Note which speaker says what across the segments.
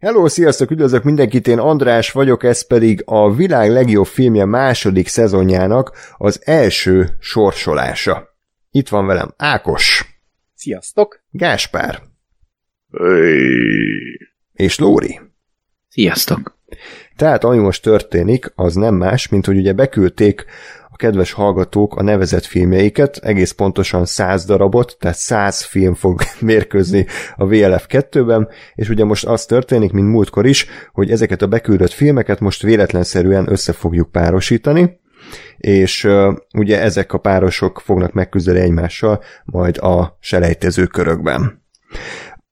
Speaker 1: Hello, sziasztok, üdvözlök mindenkit, én András vagyok, ez pedig a világ legjobb filmje második szezonjának az első sorsolása. Itt van velem Ákos,
Speaker 2: Sziasztok!
Speaker 1: Gáspár
Speaker 3: Hey.
Speaker 1: és Lóri.
Speaker 4: Sziasztok!
Speaker 1: Tehát ami most történik, az nem más, mint hogy ugye beküldték a kedves hallgatók a nevezett filmjeiket, egész pontosan 100 darabot, tehát 100 film fog mérkőzni a VLF 2-ben, és ugye most az történik, mint múltkor is, hogy ezeket a beküldött filmeket most véletlenszerűen össze fogjuk párosítani, és ö, ugye ezek a párosok fognak megküzdeni egymással majd a selejtező körökben.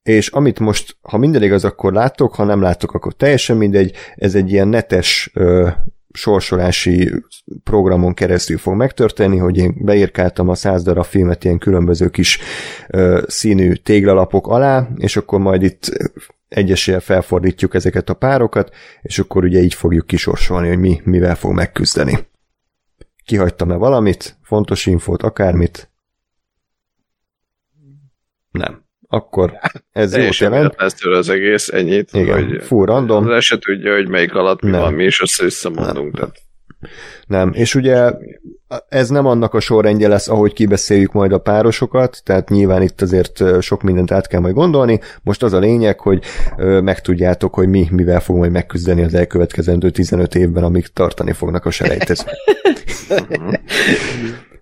Speaker 1: És amit most, ha minden igaz, akkor láttok, ha nem láttok, akkor teljesen mindegy, ez egy ilyen netes ö, sorsolási programon keresztül fog megtörténni, hogy én beírkáltam a száz darab filmet ilyen különböző kis ö, színű téglalapok alá, és akkor majd itt egyesével felfordítjuk ezeket a párokat, és akkor ugye így fogjuk kisorsolni, hogy mi mivel fog megküzdeni. Kihagytam-e valamit, fontos infót, akármit? Nem. Akkor ez jót
Speaker 3: Teljesen
Speaker 1: jelent.
Speaker 3: véletlenül tőle az egész, ennyit.
Speaker 1: Igen,
Speaker 3: hogy
Speaker 1: full random.
Speaker 3: András se tudja, hogy melyik alatt mi
Speaker 1: Nem.
Speaker 3: van, mi is össze-vissza mondunk. Tehát
Speaker 1: Nem, és ugye ez nem annak a sorrendje lesz, ahogy kibeszéljük majd a párosokat, tehát nyilván itt azért ö, sok mindent át kell majd gondolni. Most az a lényeg, hogy ö, megtudjátok, hogy mi mivel fog majd megküzdeni az elkövetkezendő 15 évben, amíg tartani fognak a selejtező.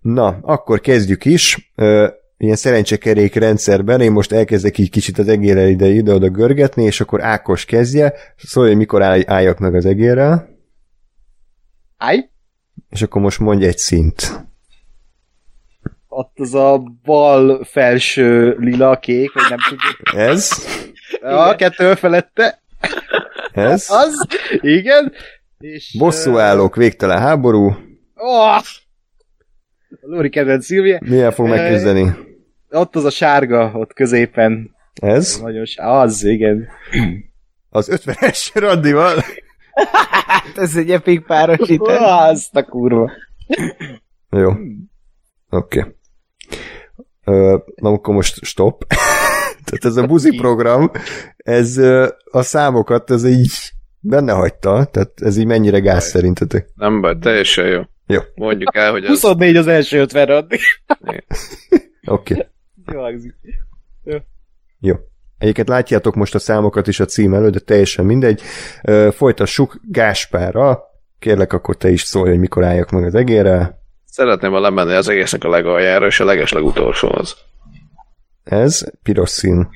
Speaker 1: Na, akkor kezdjük is. Ö, ilyen szerencsekerék rendszerben, én most elkezdek így kicsit az egérrel ide, ide-oda görgetni, és akkor Ákos kezdje, szólj, hogy mikor áll, álljak meg az egérrel.
Speaker 2: Állj!
Speaker 1: És akkor most mondj egy szint.
Speaker 2: Ott az a bal felső lila kék, vagy nem tudjuk.
Speaker 1: Ez,
Speaker 3: Mhm.
Speaker 2: A kettő felette,
Speaker 1: ez.
Speaker 2: az, igen. És,
Speaker 1: Bosszú állók, végtelen háború.
Speaker 2: Oh! Lóri kedvenc Szilvia.
Speaker 1: Milyen fog megküzdeni?
Speaker 2: Ott az a sárga, ott középen.
Speaker 1: Ez?
Speaker 2: Nagyon s- az, igen.
Speaker 1: Az 50-es randival?
Speaker 5: Ez egy epik párosítás.
Speaker 2: Oh, azt a kurva.
Speaker 1: Jó. Oké. Okay. Ö, Na akkor most stop. Tehát ez a buzi program, ez ö, a számokat, ez így benne hagyta, tehát ez így mennyire gáz szerintetek.
Speaker 3: nem baj, teljesen jó.
Speaker 1: Jó.
Speaker 3: Mondjuk el, hogy ez
Speaker 2: 24 az első 50 addig.
Speaker 1: Oké. Okay.
Speaker 2: Jó hangzik.
Speaker 1: Egyébként látjátok most a számokat is a cím előtt, de teljesen mindegy. Ö, Folytassuk Gáspárra. Kérlek, akkor te is szólj, hogy mikor álljak meg az egérrel.
Speaker 3: szeretném, ha lemenni az egésznek a legaljára, és a legeslegutolsóhoz.
Speaker 1: Ez piros szín.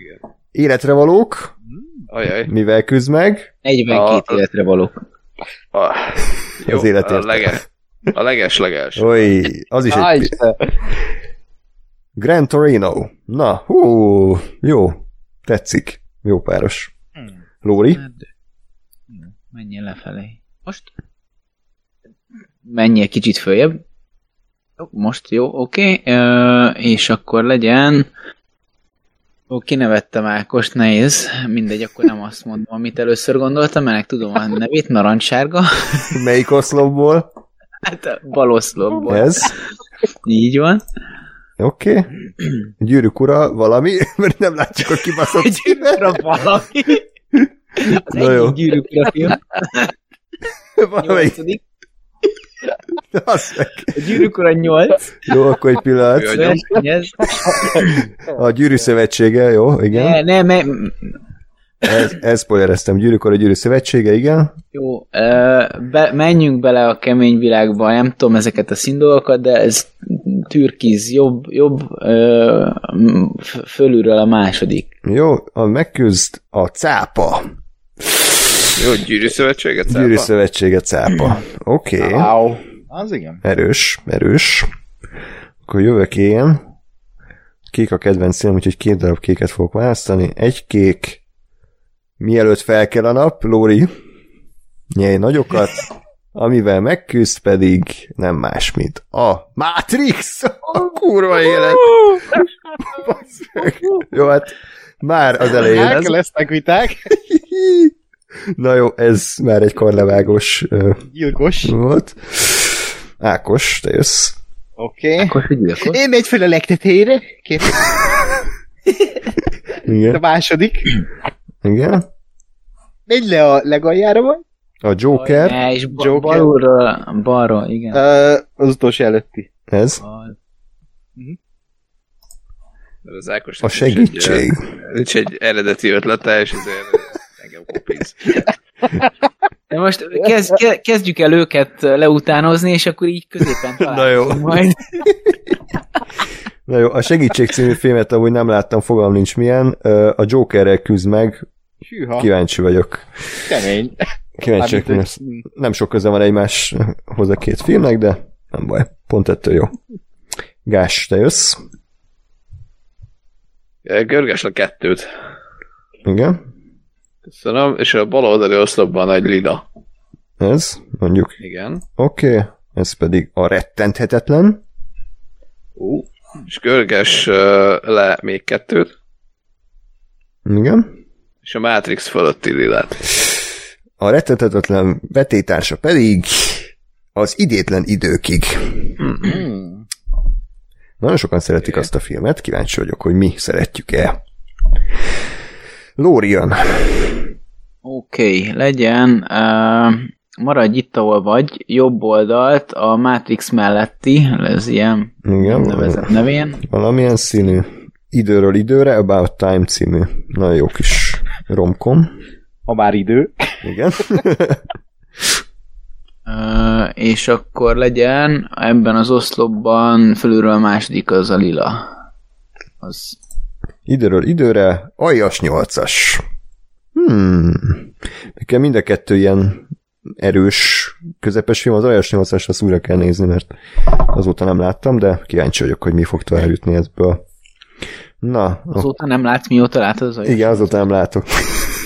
Speaker 1: Életre valók,
Speaker 3: Ajaj.
Speaker 1: mivel küzd meg?
Speaker 4: 42
Speaker 3: A-
Speaker 4: életre valók.
Speaker 3: Ah, jó,
Speaker 1: Az élet
Speaker 3: a,
Speaker 1: érte.
Speaker 3: lege, a leges leges.
Speaker 1: Oly, az is
Speaker 2: Állj,
Speaker 1: egy...
Speaker 2: te.
Speaker 1: Gran Torino. Na, hú, jó. Tetszik. Jó páros. Lóri?
Speaker 4: Hát, Menjél lefelé. Most? Menjél kicsit följebb. Jó, Most jó, oké. Ö, És akkor legyen... Ó, kinevettem Ákos, nehéz. Mindegy, akkor nem azt mondom, amit először gondoltam, mert tudom a nevét, narancssárga.
Speaker 1: Melyik oszlopból?
Speaker 4: Hát a bal oszlopból.
Speaker 1: Ez?
Speaker 4: Így van.
Speaker 1: Oké. Okay. Gyűrűk ura, valami, mert nem látjuk a kibaszott
Speaker 4: Gyűrűkra valami. Az
Speaker 1: Na jó.
Speaker 4: egyik gyűrűkra film.
Speaker 1: valami.
Speaker 4: Nyolcadik.
Speaker 1: Azt meg.
Speaker 4: A gyűrűkora nyolc. Szóval,
Speaker 1: Jó, akkor egy pillanat.
Speaker 3: Jó,
Speaker 4: Versenyez.
Speaker 1: A gyűrű szövetsége, jó, igen.
Speaker 4: Ne, ne, ne,
Speaker 1: Ez, ez spoilereztem. Gyűrűk ura, gyűrű szövetsége, igen.
Speaker 4: Jó, ö, be, menjünk bele a kemény világba, nem tudom ezeket a szindolokat, de ez türkiz, jobb, jobb ö, m- f- fölülről a második.
Speaker 1: Jó, a megküzd a cápa.
Speaker 3: Jó, gyűrű szövetséget
Speaker 1: Gyűrű
Speaker 3: szállva?
Speaker 1: szövetsége cápa. Oké. Okay.
Speaker 2: Wow. Az igen.
Speaker 1: Erős, erős. Akkor jövök én. Kék a kedvenc színem, úgyhogy két darab kéket fogok választani. Egy kék, mielőtt felkel a nap, Lóri, nyelj nagyokat, amivel megküzd pedig nem más, mint a Matrix! A kurva élet! Bassz meg. Jó, hát már az elején.
Speaker 2: Viták, lesznek viták.
Speaker 1: Na jó, ez már egy korlevágos ö,
Speaker 2: Gyilkos.
Speaker 1: volt. Ákos, te jössz.
Speaker 2: Oké. Okay.
Speaker 4: Akkor figyelj, akkor.
Speaker 2: Én megy fel a legtetejére. Két a
Speaker 1: Igen.
Speaker 2: második.
Speaker 1: Igen.
Speaker 2: Megy le a legaljára vagy?
Speaker 1: A Joker,
Speaker 4: Ne, és ba-
Speaker 2: Joker.
Speaker 4: balulról, balról, igen.
Speaker 2: Ö, az utolsó előtti.
Speaker 1: ez,
Speaker 4: Bal.
Speaker 3: Mert az Ákos
Speaker 1: a segítség.
Speaker 3: Nincs egy eredeti ötlete, és ezért engem kopíz.
Speaker 4: De most kezd, ke- kezdjük el őket leutánozni, és akkor így középen találkozunk
Speaker 1: jó.
Speaker 4: majd.
Speaker 1: Na jó, a segítség című filmet amúgy nem láttam, fogalm nincs milyen. Ö, A Jokerrel küzd meg,
Speaker 2: Hűha,
Speaker 1: kíváncsi vagyok.
Speaker 2: kemény.
Speaker 1: Kíváncsi vagyok, mi lesz.
Speaker 2: hogy- Mm.
Speaker 1: nem sok köze van egymáshoz a két filmnek, de nem baj, pont ettől jó. Gás, te jössz?
Speaker 3: Görges a kettőt.
Speaker 1: Igen,
Speaker 3: Köszönöm, és a bal oldali oszlopban egy lila.
Speaker 1: ez, mondjuk.
Speaker 3: Igen.
Speaker 1: Oké, okay. ez pedig a rettenthetetlen.
Speaker 3: Ú. És görges ö, le még kettőt,
Speaker 1: Igen.
Speaker 3: és a Matrix fölötti lilát.
Speaker 1: A rettenthetetlen vetétársa pedig az idétlen időkig. Nagyon sokan szeretik azt a filmet, kíváncsi vagyok, hogy mi szeretjük-e. Lórian.
Speaker 4: Oké, okay, legyen. Uh, maradj itt, ahol vagy. Jobb oldalt, a Matrix melletti, ez ilyen
Speaker 1: Igen.
Speaker 4: nevezett nevén.
Speaker 1: Valamilyen színű. Időről időre, About Time című. Nagyon jó kis romkom.
Speaker 2: Ha már idő.
Speaker 1: Igen.
Speaker 4: Uh, és akkor legyen ebben az oszlopban fölülről a második az a lila. Az.
Speaker 1: Időről időre, aljas nyolcas. Hmm. Nekem mind a kettő ilyen erős, közepes film, az aljas nyolcas, azt újra kell nézni, mert azóta nem láttam, de kíváncsi vagyok, hogy mi fog tovább jutni ebből. Na,
Speaker 4: Azóta nem látsz, mióta látod az
Speaker 1: Igen, azóta nem látok.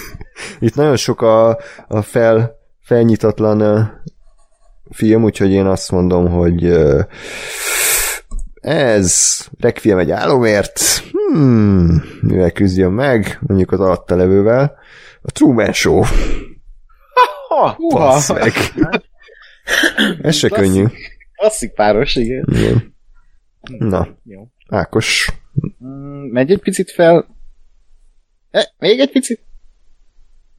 Speaker 1: Itt nagyon sok a, a fel, felnyitatlan ö, film, úgyhogy én azt mondom, hogy ö, ez Requiem egy álomért, hmm, mivel küzdjön meg, mondjuk az alatta levővel, a Truman Show,
Speaker 2: Húha,
Speaker 1: bassz meg. Ez se
Speaker 2: Basszus.
Speaker 1: könnyű.
Speaker 2: klasszik páros, igen.
Speaker 1: Igen. Na,
Speaker 2: Jó.
Speaker 1: Ákos,
Speaker 2: Mm, Megy egy picit fel. E, még egy picit.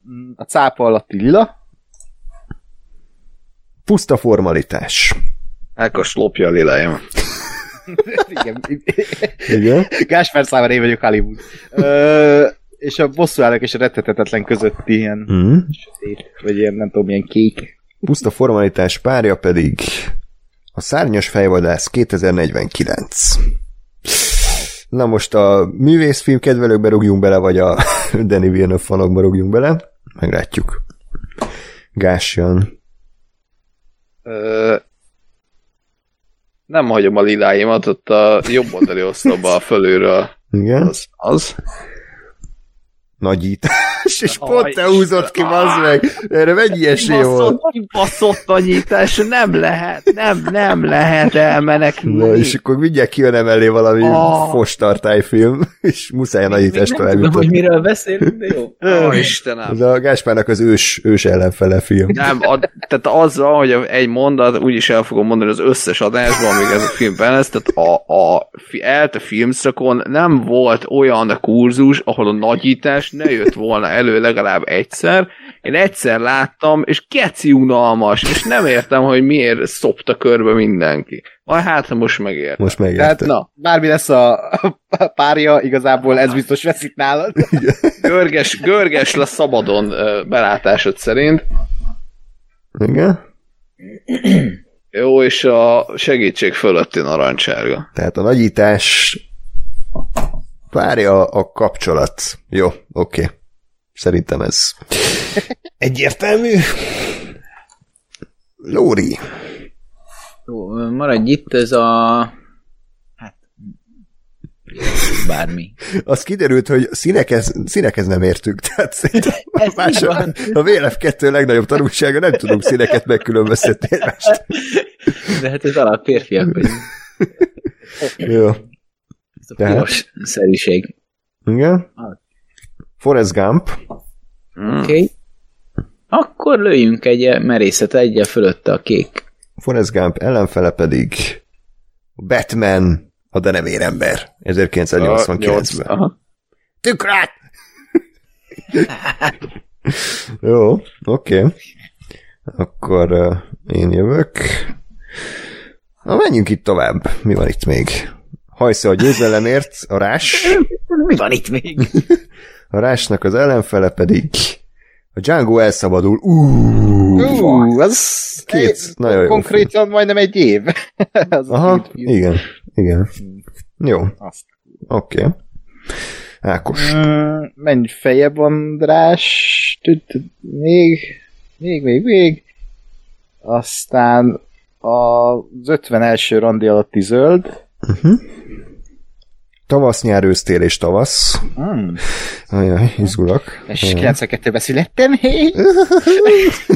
Speaker 2: Mm, A cápa alatti lila.
Speaker 1: puszta formalitás.
Speaker 3: Ákos lopja a lilájam.
Speaker 2: Igen.
Speaker 1: Igen?
Speaker 2: Gáspár számára én vagyok Hollywood. Ö, és a bosszúállók és a rettetetetlen közötti ilyen
Speaker 1: Mm.
Speaker 2: sötét, vagy ilyen nem tudom, ilyen kék.
Speaker 1: Puszta formalitás párja pedig a szárnyas fejvadász 2049. Na most a művészfilm kedvelőkbe rúgjunk bele, vagy a Danny Villeneuve fanokba rúgjunk bele. Meglátjuk. Gás jön.
Speaker 3: Ö, nem hagyom a liláimat, ott a jobb oldali oszlopban fölülről
Speaker 1: Igen.
Speaker 3: az, az.
Speaker 1: Nagyítás, és pont te húzott ki, bazd meg. Erre mennyi esély volt?
Speaker 6: kibaszott anyítás, nem lehet, nem, nem lehet elmenekülni.
Speaker 1: Na, és akkor mindjárt kijön emellé valami
Speaker 6: Ah.
Speaker 1: oh. fostartályfilm, és muszáj a nagyítást
Speaker 4: Nem tudom, hogy
Speaker 1: tovább
Speaker 4: miről beszélünk, de jó.
Speaker 3: Ó, Istenem!
Speaker 1: Ez a Gáspárnak az ős, ős ellenfele film.
Speaker 3: Nem, a, tehát az van, hogy egy mondat, úgyis el fogom mondani az összes adásban, amíg ez a film benne lesz, tehát a, a, fi- ELTE filmszakon nem volt olyan kurzus, ahol a nagyítás ne jött volna elő legalább egyszer. Én egyszer láttam, és keci unalmas, és nem értem, hogy miért szopta körbe mindenki. Majd hát, ha most Hát, megért.
Speaker 1: Most
Speaker 2: Tehát
Speaker 1: megérte.
Speaker 2: na, bármi lesz a a párja, igazából ez biztos veszít nálad.
Speaker 3: Görges, görges le szabadon ö, belátásod szerint.
Speaker 1: Igen?
Speaker 3: Jó, és a segítség fölötti narancsárga.
Speaker 1: Tehát a nagyítás párja a kapcsolat. Jó, oké. Okay. Szerintem ez egyértelmű. Lóri.
Speaker 4: Jó, ö, maradj itt, ez a... Hát... Bármi.
Speaker 1: Az kiderült, hogy színekhez, színekhez nem értünk. Tehát szerintem más a, a VLF2 legnagyobb tanulsága, nem tudunk színeket megkülönböztetni egymást.
Speaker 4: De hát ez alap férfiak vagy.
Speaker 1: Jó.
Speaker 4: Ez a
Speaker 1: Tehát?
Speaker 4: piros szerűség.
Speaker 1: Igen. Forrest Gump.
Speaker 5: Hmm.
Speaker 3: Mm.
Speaker 4: Oké. Okay. Akkor lőjünk egy merészet egyel fölötte a kék.
Speaker 1: Forrest Gump ellenfele pedig Batman, a de nem ember. 1989-ben.
Speaker 3: Aha.
Speaker 1: Tükrát! Jó, oké. Okay. Akkor uh, én jövök. Na, menjünk itt tovább. Mi van itt még? Hajsza a győzelemért, a rás.
Speaker 5: Mi van itt még?
Speaker 1: A rásnak az ellenfele pedig a Django elszabadul. Uuuuh!
Speaker 2: Ú, az
Speaker 1: Két nagyon jó
Speaker 2: konkrétan majdnem egy év. az
Speaker 1: Aha,
Speaker 2: két film.
Speaker 1: igen, igen. Jó,
Speaker 2: Azt.
Speaker 1: oké. Okay. Ákos.
Speaker 2: Mm, Menj feljebb, András. Tüt, tüt, Még, még, még, még. Aztán az 51. randi alatti zöld.
Speaker 1: Tavasz, nyár, ősztél és tavasz.
Speaker 2: Mm.
Speaker 1: Ajaj, izgulok.
Speaker 2: És 92-ben születtem, hé!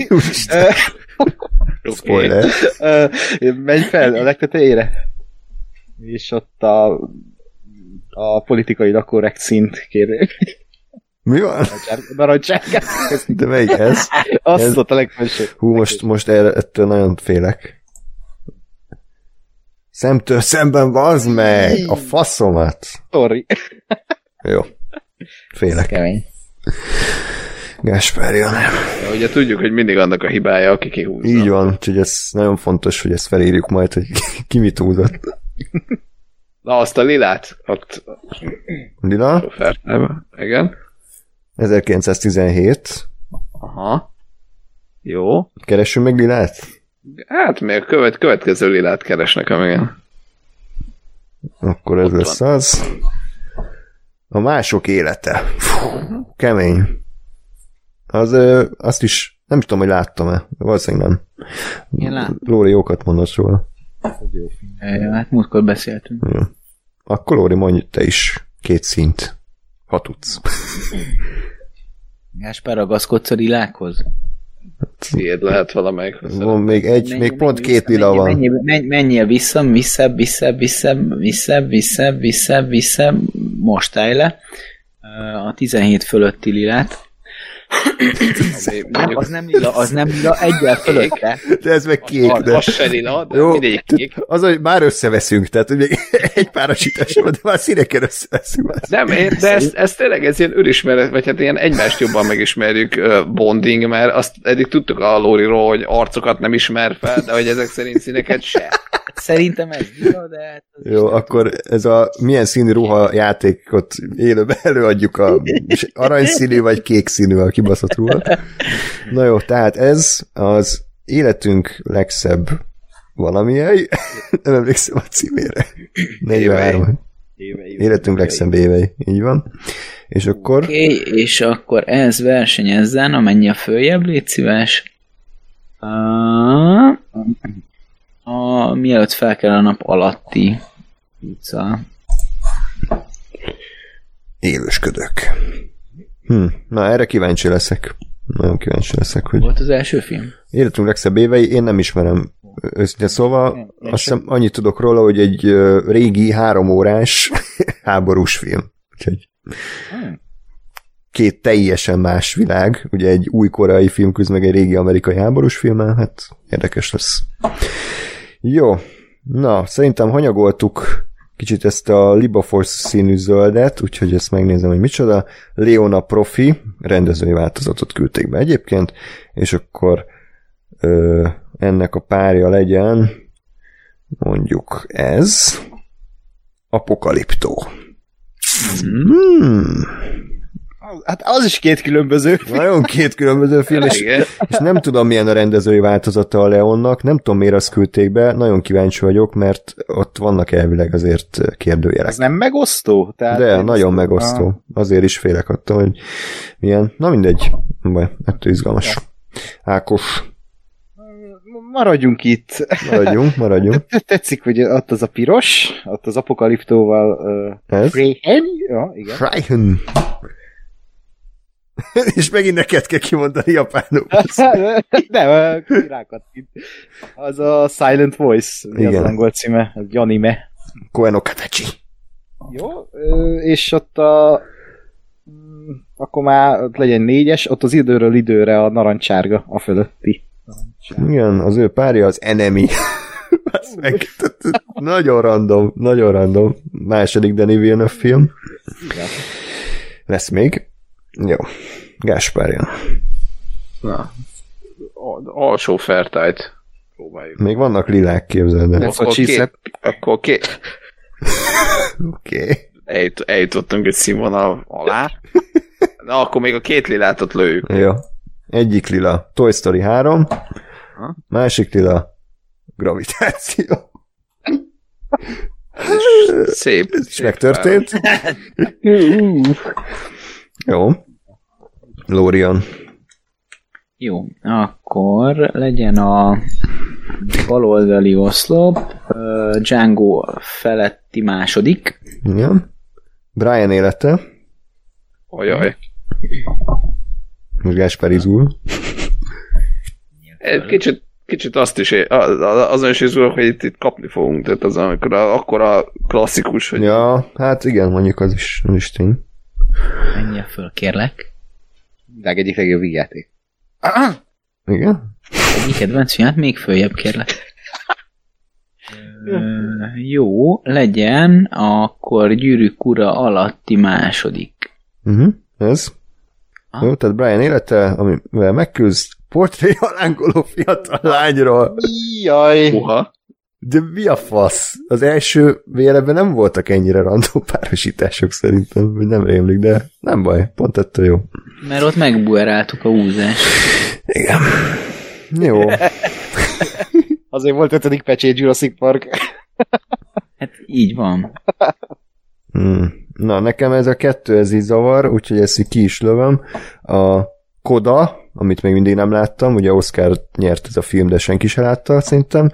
Speaker 1: Úristen, Spoiler.
Speaker 2: Ö, Menj fel a legtetejére. És ott a, a politikai korrekt szint kérjük.
Speaker 1: Mi van?
Speaker 2: Narancsárkát.
Speaker 1: De melyik ez? Ez-
Speaker 2: Azt ott a legfelső.
Speaker 1: Hú, most, most erre, ettől nagyon félek. Szemtől szemben vazd meg! A faszomat!
Speaker 2: Sorry.
Speaker 1: Jó. Félek.
Speaker 2: Kemény.
Speaker 1: Gáspár jön.
Speaker 3: Ja, ugye tudjuk, hogy mindig annak a hibája, aki kihúzza.
Speaker 1: Így van, úgyhogy ez nagyon fontos, hogy ezt felírjuk majd, hogy ki mit húzott.
Speaker 3: Na, azt a lilát, ott
Speaker 1: Lila,
Speaker 3: feltem. Igen.
Speaker 1: 1917.
Speaker 3: Aha. Jó.
Speaker 1: Keresünk meg Lilát?
Speaker 3: Hát még a követ, következő lilát keresnek, amilyen.
Speaker 1: Akkor ez lesz az. A mások élete. Fú, kemény. Az, ö, azt is nem tudom, hogy láttam-e. Valószínűleg nem.
Speaker 4: Én láttam.
Speaker 1: Lóri jókat mondott róla.
Speaker 4: Ö, Hát múltkor beszéltünk.
Speaker 1: Akkor Lóri, mondj te is két szint. Ha tudsz.
Speaker 4: Gáspár ragaszkodsz a lilákhoz?
Speaker 3: Tiéd lehet valamelyik.
Speaker 1: Van még egy,
Speaker 4: Menj-
Speaker 1: még
Speaker 4: menj
Speaker 1: pont
Speaker 4: vissza,
Speaker 1: két lila
Speaker 4: menj-
Speaker 1: van.
Speaker 4: Menj, menj, menjél vissza, vissza, vissza, vissza, vissza, vissza, vissza, vissza, most állj le. Ö, A 17 fölötti lilát. Nem, az nem lila, az nem lila, egyel fölötte.
Speaker 1: De ez meg kék,
Speaker 3: Az,
Speaker 1: de...
Speaker 3: az se lila, de
Speaker 1: Jó,
Speaker 3: mindegy kék.
Speaker 1: az, hogy már összeveszünk, tehát hogy még egy párosítás van, de már színeken összeveszünk. Már.
Speaker 3: Nem, én, de ez, ez tényleg ez ilyen önismeret, vagy hát ilyen egymást jobban megismerjük ö, bonding, mert azt eddig tudtuk a Lóriról, hogy arcokat nem ismer fel, de hogy ezek szerint színeket se.
Speaker 4: Szerintem ez lila, de hát az
Speaker 1: Jó, akkor ez a milyen színű ruha játékot élőben előadjuk a és aranyszínű vagy kék színű a kibaszott ruha. Na jó, tehát ez az életünk legszebb valamilyen, nem emlékszem a címére. 43. Életünk legszebb évei, így van. És akkor
Speaker 4: Oké, okay, és akkor ez versenyezzen, amennyi a följebb, légy szíves. A, a, mielőtt fel kell a nap alatti utca.
Speaker 1: élősködök. Hm. Na, erre kíváncsi leszek. Nagyon kíváncsi leszek, hogy
Speaker 4: Volt az első film?
Speaker 1: életünk legszebb évei, én nem ismerem őszintén szóval, azt hiszem annyit tudok róla, hogy egy ö, régi háromórás háborús film. Úgyhogy két teljesen más világ, ugye egy új koreai film küzd meg egy régi amerikai háborús filmmel, hát érdekes lesz. Jó, na, szerintem hanyagoltuk kicsit ezt a Libaforce színű zöldet, úgyhogy ezt megnézem, hogy micsoda. Leona Profi rendezői változatot küldték be egyébként, és akkor ö, ennek a párja legyen mondjuk ez Apokaliptó. Hmm.
Speaker 2: Hát az is két különböző.
Speaker 1: Nagyon két különböző film, és,
Speaker 3: Igen.
Speaker 1: és nem tudom, milyen a rendezői változata a Leonnak, nem tudom, miért azt küldték be, nagyon kíváncsi vagyok, mert ott vannak elvileg azért kérdőjelek.
Speaker 2: Ez nem megosztó? Tehát
Speaker 1: De,
Speaker 2: Hát, én-
Speaker 1: nagyon megosztó. Azért is félek attól, hogy milyen. Na mindegy, nem baj, ettől izgalmas. Ákos,
Speaker 2: Maradjunk itt.
Speaker 1: maradjunk, maradjunk.
Speaker 2: Tetszik, hogy ott az a piros, ott az apokaliptóval uh,
Speaker 1: Ez?
Speaker 2: Freyhen? Ja, igen.
Speaker 1: Freihen. És megint neked kell kimondani japánul.
Speaker 2: Nem, kirákat itt. Az a Silent Voice, mi
Speaker 1: Igen.
Speaker 2: az angol címe, az anime.
Speaker 1: Koeno Katachi.
Speaker 2: Jó, ö, és ott a mm, akkor már ott legyen négyes, ott az időről időre a narancsárga a fölötti.
Speaker 1: Igen, az ő párja az enemy. Basz meg. nagyon random, nagyon random. Második Danny Villeneuve film.
Speaker 2: Igen.
Speaker 1: Lesz még. Jó. Gáspár jön.
Speaker 3: Na. Al- Alsó fertájt próbáljuk.
Speaker 1: Még vannak lilák, képzeld el.
Speaker 2: Nem.
Speaker 3: Akkor,
Speaker 2: a csiszep.
Speaker 3: két, akkor két,
Speaker 1: Oké. Okay.
Speaker 3: eljut, eljutottunk egy színvonal alá. Na, akkor még a két lilátot lőjük.
Speaker 1: Jó. Egyik lila Toy Story 3, másik lila gravitáció.
Speaker 3: Szép.
Speaker 1: Ez is megtörtént. Jó. Lórion.
Speaker 4: Jó, akkor legyen a baloldali oszlop, ö, Django feletti második,
Speaker 1: Igen. Brian élete.
Speaker 3: Ajaj.
Speaker 1: Most Gáspár izgul.
Speaker 3: Egy kicsit, kicsit azt is, é- a- a- azon is izgulok, hogy itt, itt kapni fogunk, tehát az amikor a, akkor a klasszikus, hogy
Speaker 1: Ja, hát igen, mondjuk az is, az is tény.
Speaker 4: menjél föl kérlek.
Speaker 2: Világ egyik legjobb vigyáték.
Speaker 1: Igen?
Speaker 4: Mi kedvenc fiát, még följebb kérlek. Ö, jó, legyen akkor gyűrűk ura alatti második.
Speaker 1: Uh-huh. Ez.
Speaker 4: Ah.
Speaker 1: Jó, tehát Brian élete, amivel megküzd, portré halángoló fiatal lányról.
Speaker 2: Jaj!
Speaker 3: puha.
Speaker 1: De mi a fasz? Az első vélemben nem voltak ennyire randó párosítások szerintem, vagy nem rémlik, de nem baj, pont ettől jó.
Speaker 4: Mert ott megbueráltuk a húzást.
Speaker 1: Igen. Jó,
Speaker 2: Azért volt ötödik pecsé Jurassic Park.
Speaker 4: Hát így van.
Speaker 1: Hmm. Na, nekem ez a kettő, ez így zavar, úgyhogy ezt így ki is lövöm. A Koda, amit még mindig nem láttam, ugye Oscar nyert ez a film, de senki se látta szerintem.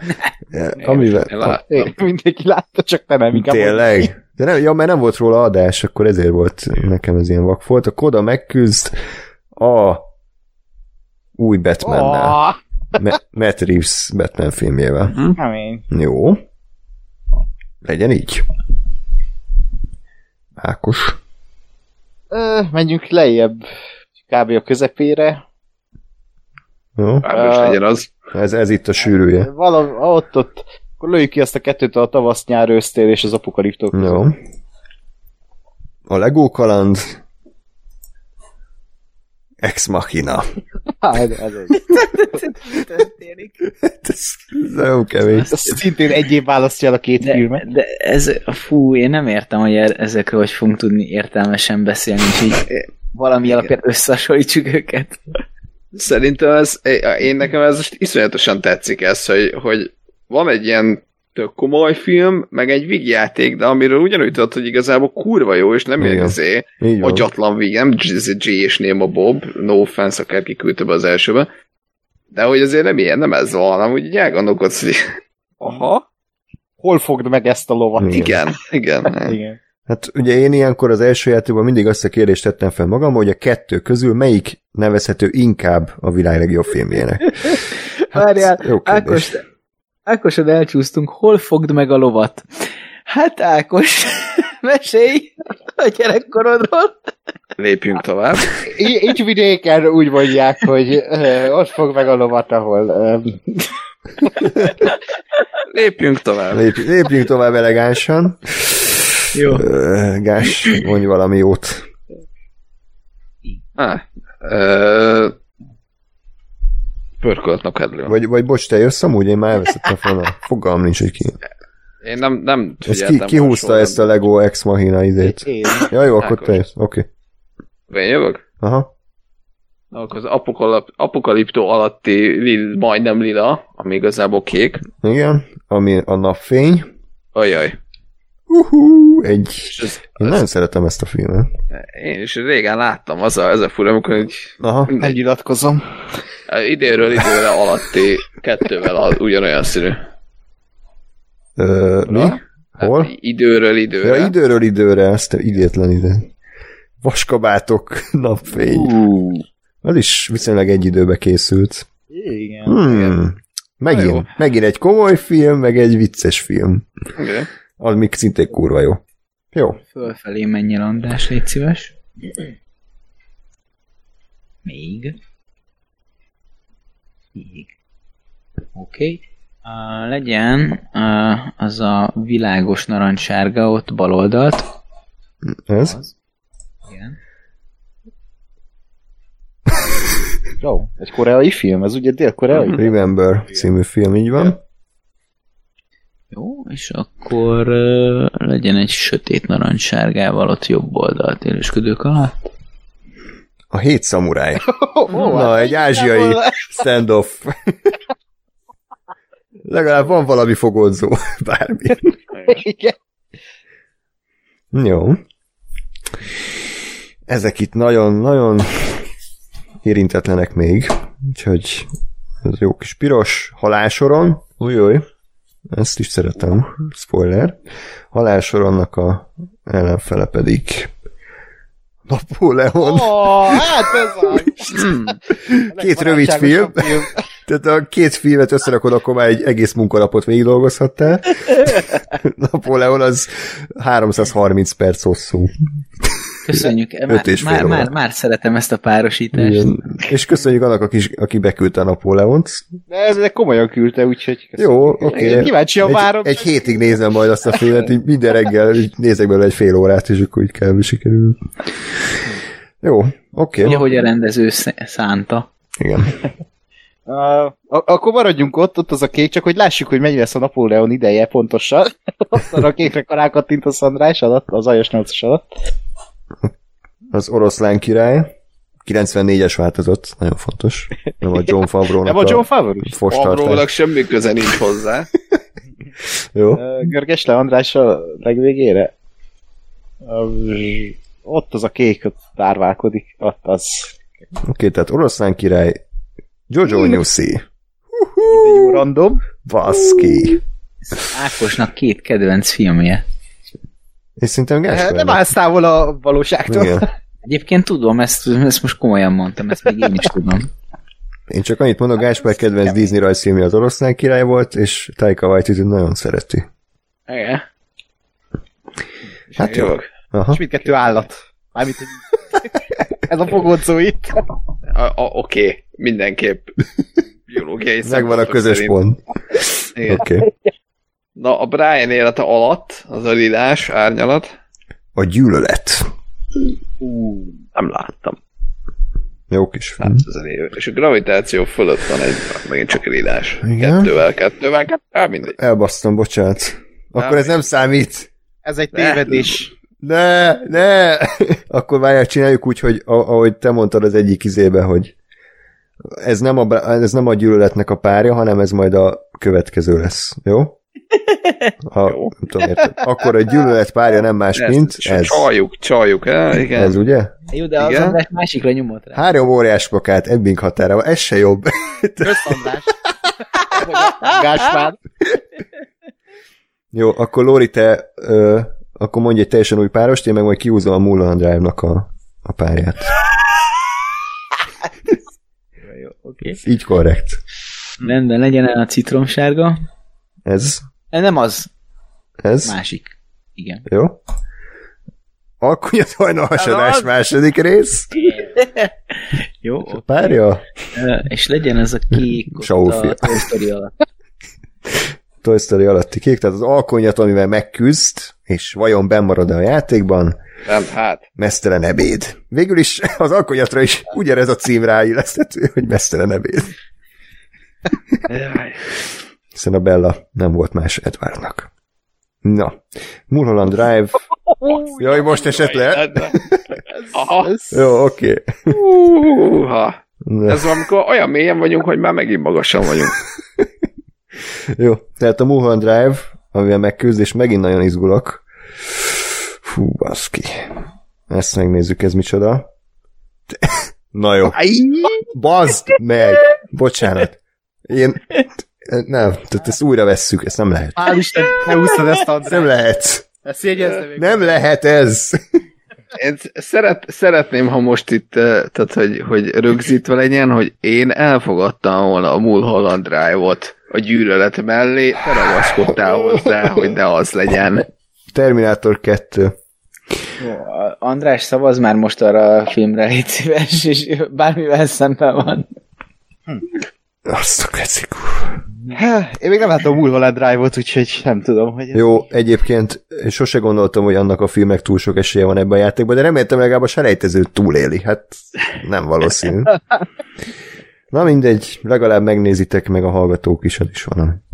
Speaker 1: Eh, Amivel...
Speaker 3: Én lá-
Speaker 2: Én, mindenki látta, csak te nem inkább.
Speaker 1: Tényleg? De nem, ja, mert nem volt róla adás, akkor ezért volt nekem ez ilyen vak volt. A Koda megküzd a új Batmannel.
Speaker 2: Ah,
Speaker 1: Me- Matt Reeves Batman filmjével.
Speaker 2: kemény.
Speaker 1: Jó. Legyen így. Ákos.
Speaker 2: Ö, menjünk lejjebb kb. a közepére.
Speaker 1: Jó.
Speaker 3: Bármos
Speaker 2: Ö,
Speaker 3: legyen az.
Speaker 1: Ez, ez itt a sűrűje.
Speaker 2: Valami, ott, ott, akkor lőjük ki azt a kettőt a tavasz nyár ősztél és az apokaliptok.
Speaker 1: Jó. A Lego kaland. Ex Machina.
Speaker 2: Hát, ez az.
Speaker 5: Mi történik?
Speaker 1: Ez nagyon kevés.
Speaker 2: Ez szintén egy év választja el a két
Speaker 4: De,
Speaker 2: filmet.
Speaker 4: de ez, fú, én nem értem, hogy er- ezekről hogy fogunk tudni értelmesen beszélni, és így valami alapján összehasonlítsuk őket.
Speaker 3: Szerintem ez, én nekem ez most iszonyatosan tetszik ez, hogy, hogy van egy ilyen tök komoly film, meg egy vígjáték, de amiről ugyanúgy tudod, hogy igazából kurva jó, és nem
Speaker 1: Igen.
Speaker 3: ilyen izé,
Speaker 1: Így
Speaker 3: a
Speaker 1: van.
Speaker 3: gyatlan víg, nem G, G és Néma Bob, no offense, akárki küldte be az elsőbe, de hogy azért nem ilyen, nem ez van, hanem úgy így elgondolkodsz, hogy aha,
Speaker 2: Hol fogd meg ezt a lovat?
Speaker 1: Igen.
Speaker 3: igen, igen.
Speaker 2: Igen.
Speaker 1: Hát ugye én ilyenkor az első játékban mindig azt a kérdést tettem fel magam, hogy a kettő közül melyik nevezhető inkább a világ legjobb filmjének.
Speaker 4: Várjál,
Speaker 1: Hát, jó
Speaker 4: Ákos,
Speaker 1: kérdés.
Speaker 4: Ákoson elcsúsztunk, hol fogd meg a lovat? Hát Ákos, mesélj a gyerekkorodról.
Speaker 3: Lépjünk tovább.
Speaker 2: Így, így vidéken úgy mondják, hogy ö, ott fog meg a lovat, ahol... Ö,
Speaker 3: Lépjünk tovább.
Speaker 1: Hát Lép, lépjünk tovább elegánsan.
Speaker 4: Jó.
Speaker 1: Ö, Gás, mondj valami jót.
Speaker 3: Ah, ö, hát pörkölt napkedlő.
Speaker 1: Vagy, vagy bocs, te jössz amúgy? Én már elveszettem fel a fogalm nincs, hogy ki.
Speaker 3: Én nem, nem
Speaker 1: Ezt ki,
Speaker 3: figyeltem.
Speaker 1: ki húzta ezt a Lego Ex Machina izét?
Speaker 2: én.
Speaker 1: Ja, jó, akkor
Speaker 3: Ákos.
Speaker 1: te jössz. Oké.
Speaker 3: Én jövök?
Speaker 1: Aha.
Speaker 3: Na, akkor az apokalap, apokaliptó alatti lil, majdnem lila, ami igazából kék.
Speaker 1: Igen. Ami a napfény.
Speaker 3: Ajaj.
Speaker 1: Uhú, egy...
Speaker 3: És ez,
Speaker 1: Én nagyon szeretem ezt a filmet.
Speaker 3: én is régen láttam, az a, ez a fura, amikor így,
Speaker 1: Aha.
Speaker 2: Nem nyilatkozom.
Speaker 3: idéről időre alatti kettővel az, ugyanolyan színű.
Speaker 1: Ö, mi?
Speaker 3: Na?
Speaker 1: Hol?
Speaker 3: Hát, időről időre.
Speaker 1: Ja, időről időre, ezt idétlen ide. Vaskabátok, napfény. Az is viszonylag egy időbe készült.
Speaker 2: Igen.
Speaker 1: Hmm.
Speaker 3: Na jó.
Speaker 1: Megint, megint egy komoly film, meg egy vicces film.
Speaker 3: Oké.
Speaker 1: Az még szintén kurva jó. Jó.
Speaker 4: Fölfelé menj el, András, légy szíves. Még. Még. Oké. Okay. Uh, legyen uh, az a világos narancssárga ott baloldalt.
Speaker 1: Ez?
Speaker 4: Igen.
Speaker 2: Jó, egy koreai film, ez ugye dél-koreai?
Speaker 1: Remember című film, így van.
Speaker 4: Jó, és akkor ö, legyen egy sötét narancssárgával ott jobb oldalt élősködők alatt.
Speaker 1: A hét szamuráj. Na, egy ázsiai standoff. Legalább van valami fogodzó, bármi.
Speaker 2: Igen.
Speaker 1: Jó. Ezek itt nagyon-nagyon érintetlenek még, úgyhogy ez jó kis piros halásoron, újjaj, ezt is szeretem, spoiler, halásoronnak a ellenfele pedig Napóleon.
Speaker 2: Oh, hát ez az. Hm.
Speaker 1: Két rövid film. Tehát a két filmet összerakod, akkor már egy egész munkalapot végig dolgozhattál. Napóleon az 330 perc hosszú.
Speaker 4: Köszönjük. Már,
Speaker 1: és fél
Speaker 4: már,
Speaker 1: óra.
Speaker 4: már, már szeretem ezt a párosítást.
Speaker 1: Igen. És köszönjük annak, aki, aki beküldte a Napóleont.
Speaker 2: De ez de komolyan küldte, úgyhogy... köszönöm.
Speaker 1: Jó, oké.
Speaker 2: Én kíváncsi a várom.
Speaker 1: Egy, egy hétig nézem majd azt a filmet, így minden reggel így nézek belőle egy fél órát, és akkor így kell sikerül. Jó, oké.
Speaker 4: Ugye, hogy a rendező sz- szánta.
Speaker 1: Igen.
Speaker 2: Uh, akkor maradjunk ott, ott az a kék, csak hogy lássuk, hogy mennyi lesz a Napóleon ideje pontosan. Ott arra a kékre karákattint a Szandrás alatt, az Ajas 8 alatt.
Speaker 1: Az oroszlán király. 94-es változat, nagyon fontos. Nem a John
Speaker 2: Nem
Speaker 1: Favreau-nak
Speaker 2: a John Favreau?
Speaker 1: fostartás.
Speaker 3: Avrólag semmi köze nincs hozzá.
Speaker 1: Jó.
Speaker 2: Ö, Görges le András a legvégére. Ö, Ott az a kék, ott tárválkodik, ott az
Speaker 1: Oké, tehát oroszlán király, Jojo Newsy,
Speaker 2: egy jó random.
Speaker 1: Baszki.
Speaker 4: Ákosnak két kedvenc filmje.
Speaker 1: És szerintem Gáspár.
Speaker 2: Hát, Nem állsz távol a valóságtól.
Speaker 1: Igen.
Speaker 4: Egyébként tudom, ezt, ezt most komolyan mondtam, ezt még én is tudom.
Speaker 1: Én csak annyit mondok, Gáspár kedvenc Disney rajzfilmje az oroszlán király volt, és Taika Waititi nagyon szereti.
Speaker 3: Igen.
Speaker 1: Hát jó.
Speaker 3: Jó.
Speaker 1: Aha.
Speaker 2: És mindkettő állat. Mármint, hogy ez a fogódzó itt.
Speaker 3: A- a- Oké, mindenképp. Biológiai
Speaker 1: Megvan a
Speaker 3: szempontok
Speaker 1: közös
Speaker 3: szerint.
Speaker 1: pont.
Speaker 3: Igen.
Speaker 1: Oké. Okay.
Speaker 3: Na, a Brian élete alatt, az a lilás árnyalat,
Speaker 1: A gyűlölet.
Speaker 3: nem láttam.
Speaker 1: Jó kis film.
Speaker 3: Hát, ez a lé- és a gravitáció fölött van egy, megint csak lilás.
Speaker 1: Igen.
Speaker 3: Kettővel, kettővel, kettővel, mindegy.
Speaker 1: Elbasztam, bocsánat. Akkor
Speaker 3: Nem.
Speaker 1: ez nem számít.
Speaker 2: Ez egy tévedés.
Speaker 1: Ne, ne! Akkor várjál, csináljuk úgy, hogy a- ahogy te mondtad az egyik izébe, hogy ez nem, a, bra- ez nem a gyűlöletnek a párja, hanem ez majd a következő lesz. Jó? Ha,
Speaker 3: Jó.
Speaker 1: Nem tudom, érted. Akkor a gyűlölet párja nem más,
Speaker 3: Ez-
Speaker 1: mint ez.
Speaker 3: Csaljuk, csaljuk, el, igen.
Speaker 1: Ez ugye?
Speaker 4: Jó, de az
Speaker 3: Igen.
Speaker 4: András másikra nyomott rá.
Speaker 1: Három óriás pakát Ebbing határa, ez se jobb.
Speaker 2: Kösz András. Gáspár.
Speaker 1: Jó, akkor Lóri, te ö, akkor mondj egy teljesen új párost, én meg majd kiúzom a Mulholland Drive-nak a, a párját.
Speaker 4: Okay.
Speaker 1: Így korrekt.
Speaker 4: Rendben, legyen el a citromsárga.
Speaker 1: Ez,
Speaker 4: E, Nem az,
Speaker 1: ez,
Speaker 4: másik. Igen.
Speaker 1: jó. Alkunyat hajnalhasadás
Speaker 6: Az.
Speaker 1: második rész.
Speaker 4: Jó,
Speaker 1: A párja?
Speaker 4: Ö, és legyen ez a kék ott
Speaker 1: Saófia.
Speaker 4: a Toy Story alatt.
Speaker 1: Toy Story alatti kék, tehát az alkonyat, amivel megküzd, és vajon bemarad a játékban,
Speaker 3: Nem, hát.
Speaker 1: mesztelen ebéd. Végül is az alkonyatra is ugyanez a cím ráilleszthető, hogy mesztelen ebéd. Hiszen a Bella nem volt más Edwardnak. Na, Mulholland Drive. Jaj, most esett
Speaker 3: hát-
Speaker 1: le.
Speaker 3: Aha.
Speaker 1: Jó, oké.
Speaker 3: Húha.
Speaker 1: Na,
Speaker 3: Ez amikor olyan mélyen vagyunk, hogy már megint magasan vagyunk.
Speaker 1: Jó, tehát a Mulholland Drive, amivel megküzd, és megint nagyon izgulok. Fú, baszki. Ezt megnézzük, ez micsoda. Na jó. Bazd meg! Bocsánat. Én... Nem, tehát ezt újra vesszük, ezt nem lehet.
Speaker 2: Hál' Isten, ne úszod ezt András.
Speaker 1: Nem lehet.
Speaker 2: Ezt jegyezd meg.
Speaker 1: Nem lehet ez.
Speaker 3: Én szeret, szeretném, ha most itt, eh, tehát, hogy, hogy rögzítve legyen, hogy én elfogadtam volna a Mulholland Drive-ot a gyűlölet mellé, te ragaszkodtál hozzá, hogy ne az legyen.
Speaker 1: Terminátor 2.
Speaker 4: Jó, a- András, szavaz már most arra a filmre, légy szíves, és bármivel szemben van.
Speaker 1: Azt a kecik.
Speaker 2: Há, Én még nem láttam a Mulholland Drive-ot, úgyhogy nem tudom, hogy...
Speaker 1: Jó, egyébként én sose gondoltam, hogy annak a filmnek túl sok esélye van ebben a játékban, de reméltem legalább a selejtezőt túléli. Hát nem valószínű. Na mindegy, legalább megnézitek meg a hallgatók is, az is van.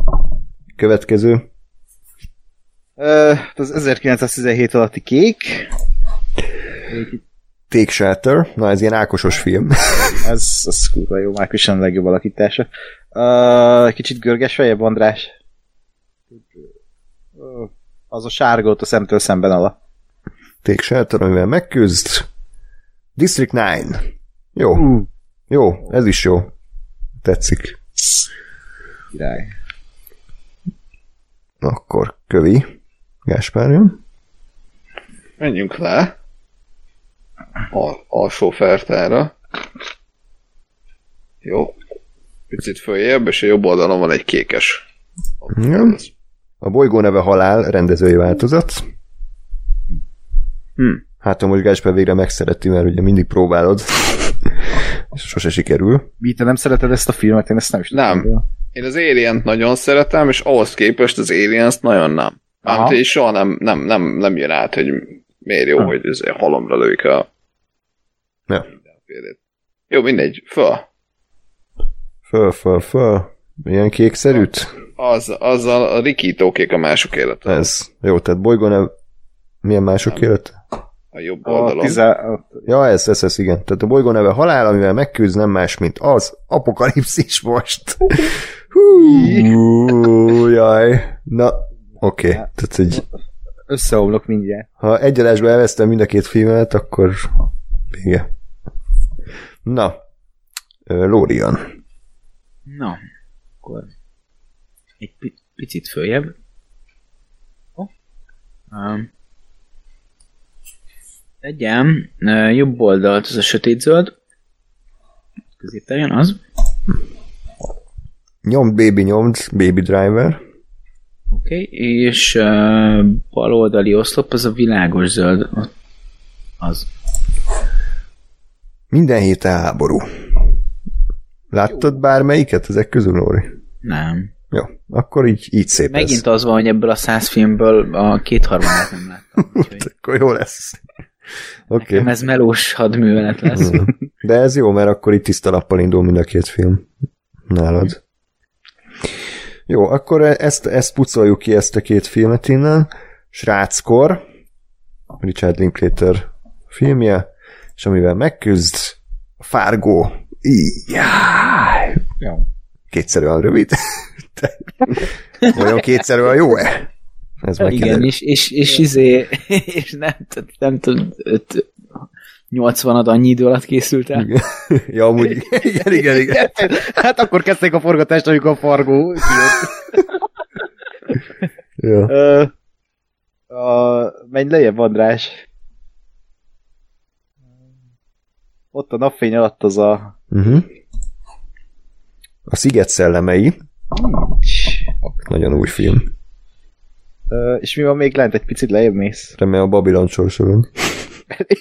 Speaker 1: Következő.
Speaker 2: Ö, hát az 1917 alatti kék,
Speaker 1: Take Shelter. Na, ez ilyen ákosos film.
Speaker 2: az, az kurva jó, Márkusan a legjobb alakítása. Ö, kicsit görges fejebb, András. Ö, Az a sárga ott a szemtől szemben ala.
Speaker 1: Take Shelter, amivel megküzd. District 9. Jó. Jó, ez is jó. Tetszik.
Speaker 2: Király.
Speaker 1: Akkor kövi. Gáspár jön.
Speaker 3: Menjünk le a, alsó fertára. Jó. Picit följebb, és a jobb oldalon van egy kékes.
Speaker 1: Ja. A bolygó neve Halál rendezői változat.
Speaker 3: Hm.
Speaker 1: Hát, ha most Gáspár végre megszereti, mert ugye mindig próbálod. És sose sikerül.
Speaker 2: Mi, te nem szereted ezt a filmet? Én ezt nem is
Speaker 3: Nem.
Speaker 2: tudom.
Speaker 3: Én az alien nagyon szeretem, és ahhoz képest az aliens nagyon nem.
Speaker 2: Aha.
Speaker 3: Mármint így soha nem, nem, nem, nem jön át, hogy miért
Speaker 2: Hm.
Speaker 3: jó, hogy ez halomra lőjük a
Speaker 1: Ja.
Speaker 3: mindenfélét. Jó, mindegy, föl.
Speaker 1: Föl, föl, föl. Ilyen kékszerűt?
Speaker 3: Az, azzal a rikítókék a mások élete.
Speaker 1: Ez. Jó, tehát bolygó neve... Milyen mások élet?
Speaker 3: A jobb
Speaker 2: A
Speaker 3: oldalon.
Speaker 2: tize, a,
Speaker 1: Ja, ez, ez, ez, igen. Tehát a bolygó neve halál, amivel megküzd, nem más, mint az apokalipszis most. Hú, jaj. Na, oké. Okay. Tehát, hogy
Speaker 2: összeomlok mindjárt.
Speaker 1: ha egy adásba elvesztem mind a két filmet, akkor vége. Na, Ö, Lórian.
Speaker 4: Na, akkor egy pi- picit följebb. Ó. Um, legyen ö, jobb oldalt az a sötét zöld. Középen jön az.
Speaker 1: Nyomd, baby, nyomd, baby driver.
Speaker 4: Oké, okay. és uh, bal oldali oszlop az a világos zöld. Ott Az.
Speaker 1: Minden héten háború. Láttad bármelyiket ezek közül, Lóri?
Speaker 4: Nem.
Speaker 1: Jó, akkor így, így szép
Speaker 4: Megint az van, hogy ebből a száz filmből a kétharmadát nem láttam.
Speaker 1: lesz.
Speaker 4: Úgyhogy
Speaker 1: Akkor jó lesz. Oké.
Speaker 4: nekem ez melós hadművelet lesz.
Speaker 1: Mm. De ez jó, mert akkor itt tiszta lappal indul mind a két film. Nálad. Jó, akkor e- ezt, ezt pucoljuk ki, ezt a két filmet innen. Sráckor, Richard Linklater filmje, és amivel megküzd, Fargo. Ijjáj!
Speaker 2: Jó.
Speaker 1: Kétszerűen rövid. De- Vajon kétszerűen jó-e? Ez meg
Speaker 4: Igen,
Speaker 1: kiderül.
Speaker 4: és, és, és izé, és nem, tud- nem tudom, öt- 80 annyi idő alatt készült el.
Speaker 1: Igen. Ja, amúgy, igen, igen, igen.
Speaker 2: Hát akkor kezdték a forgatást, amikor a Fargo kijött.
Speaker 1: Ja.
Speaker 2: Ö, a- Menj lejjebb, András. Ott a napfény alatt az a...
Speaker 1: Uh-huh. A Sziget szellemei. Nagyon új film.
Speaker 2: Ö, És mi van még lent? Egy picit lejjebb mész.
Speaker 1: Remélem a Babylon sorsolunk.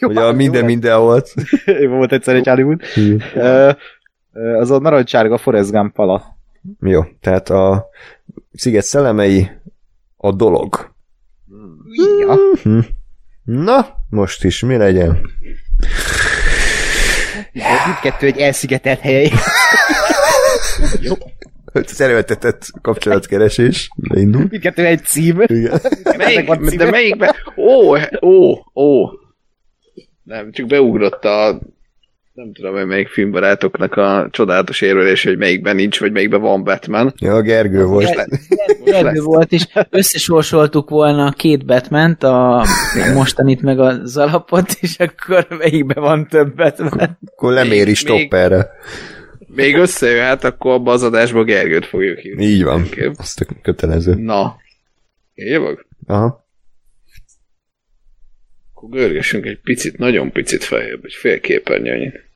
Speaker 1: Ugye a minden minden volt.
Speaker 2: minden. Volt egyszer egy Hollywood. Ö, ö, Az a narancssárga Forrest Gump pala.
Speaker 1: Jó, tehát a Sziget szellemei a dolog.
Speaker 2: Ja.
Speaker 1: Hm. Na, most is mi legyen?
Speaker 2: Mindkettő egy elszigetelt hely.
Speaker 1: Az elővetetett kapcsolatkeresés. Leindul.
Speaker 2: Mindkettő egy cím.
Speaker 1: Igen.
Speaker 2: Ennek van
Speaker 3: Melyik,
Speaker 2: címe.
Speaker 3: de melyikben? Ó, ó, ó. Nem, csak beugrott a nem tudom, hogy melyik filmbarátoknak a csodálatos érvelés, hogy melyikben nincs, vagy melyikben van Batman.
Speaker 1: Ja, a Gergő
Speaker 3: Most
Speaker 1: volt.
Speaker 3: le, most
Speaker 4: Gergő
Speaker 3: lesz.
Speaker 4: volt, és összesorsoltuk volna a két batman a mostanit meg az alapot, és akkor melyikben van több Batman.
Speaker 1: Akkor leméri
Speaker 3: Még-
Speaker 1: stopperre.
Speaker 3: Még összejöhet, akkor abba az adásba Gergőt fogjuk hívni.
Speaker 1: Így van.
Speaker 3: Oké.
Speaker 1: Azt tök kötelező.
Speaker 3: Na. Én jövök?
Speaker 1: Aha.
Speaker 3: Akkor görgessünk egy picit, nagyon picit feljebb, egy fél képernyőnyit.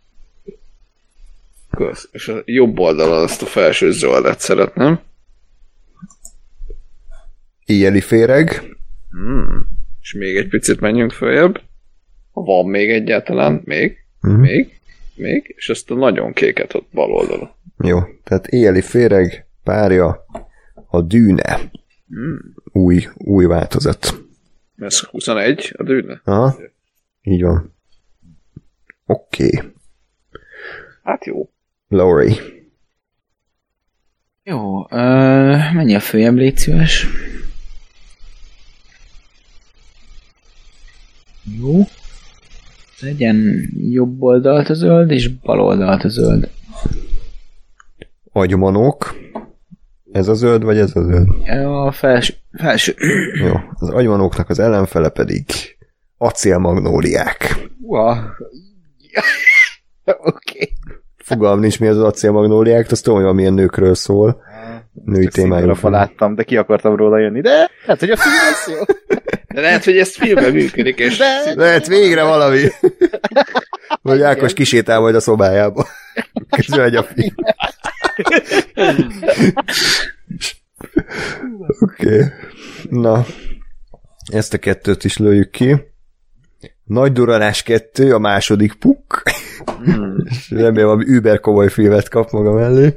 Speaker 3: Kösz. És a jobb oldalon azt a felső zöldet szeretném.
Speaker 1: Éjjeli féreg.
Speaker 3: Hmm. És még egy picit menjünk följebb. Ha van még egyáltalán, még,
Speaker 1: Mhm.
Speaker 3: még, még, és azt a nagyon kéket ott bal oldalon.
Speaker 1: Jó, tehát éjjeli féreg, párja, a Dűne. Új, új változat.
Speaker 3: Ez 21, a dűne.
Speaker 1: Aha. Így van. Oké. Okay.
Speaker 3: Hát jó.
Speaker 1: Lowry.
Speaker 4: Jó, ö, menj a főjebb, légy szíves. Jó. Legyen jobb oldalt a zöld, és bal oldalt a zöld.
Speaker 1: Agymanók. Ez a zöld, vagy ez a zöld?
Speaker 4: A felső, felső.
Speaker 1: Jó. Az agymanóknak az ellenfele pedig acélmagnóliák.
Speaker 4: Ua. Oké.
Speaker 1: Fogalm nincs, mi az az acélmagnóliák, de azt tudom, hogy valamilyen nőkről szól. Női témájú.
Speaker 2: Színkalapba láttam, de ki akartam róla jönni, de hát, hogy a film lesz jó.
Speaker 3: De lehet, hogy ez filmben működik, és
Speaker 2: De
Speaker 1: Lehet végre valami. Vagy Ákos kisétál majd a szobájába. Közben megy a film. Oké. Okay. Na. Ezt a kettőt is lőjük ki. Nagy duranás kettő, a második puk. És Remélem, valami über komoly filmet kap maga mellé.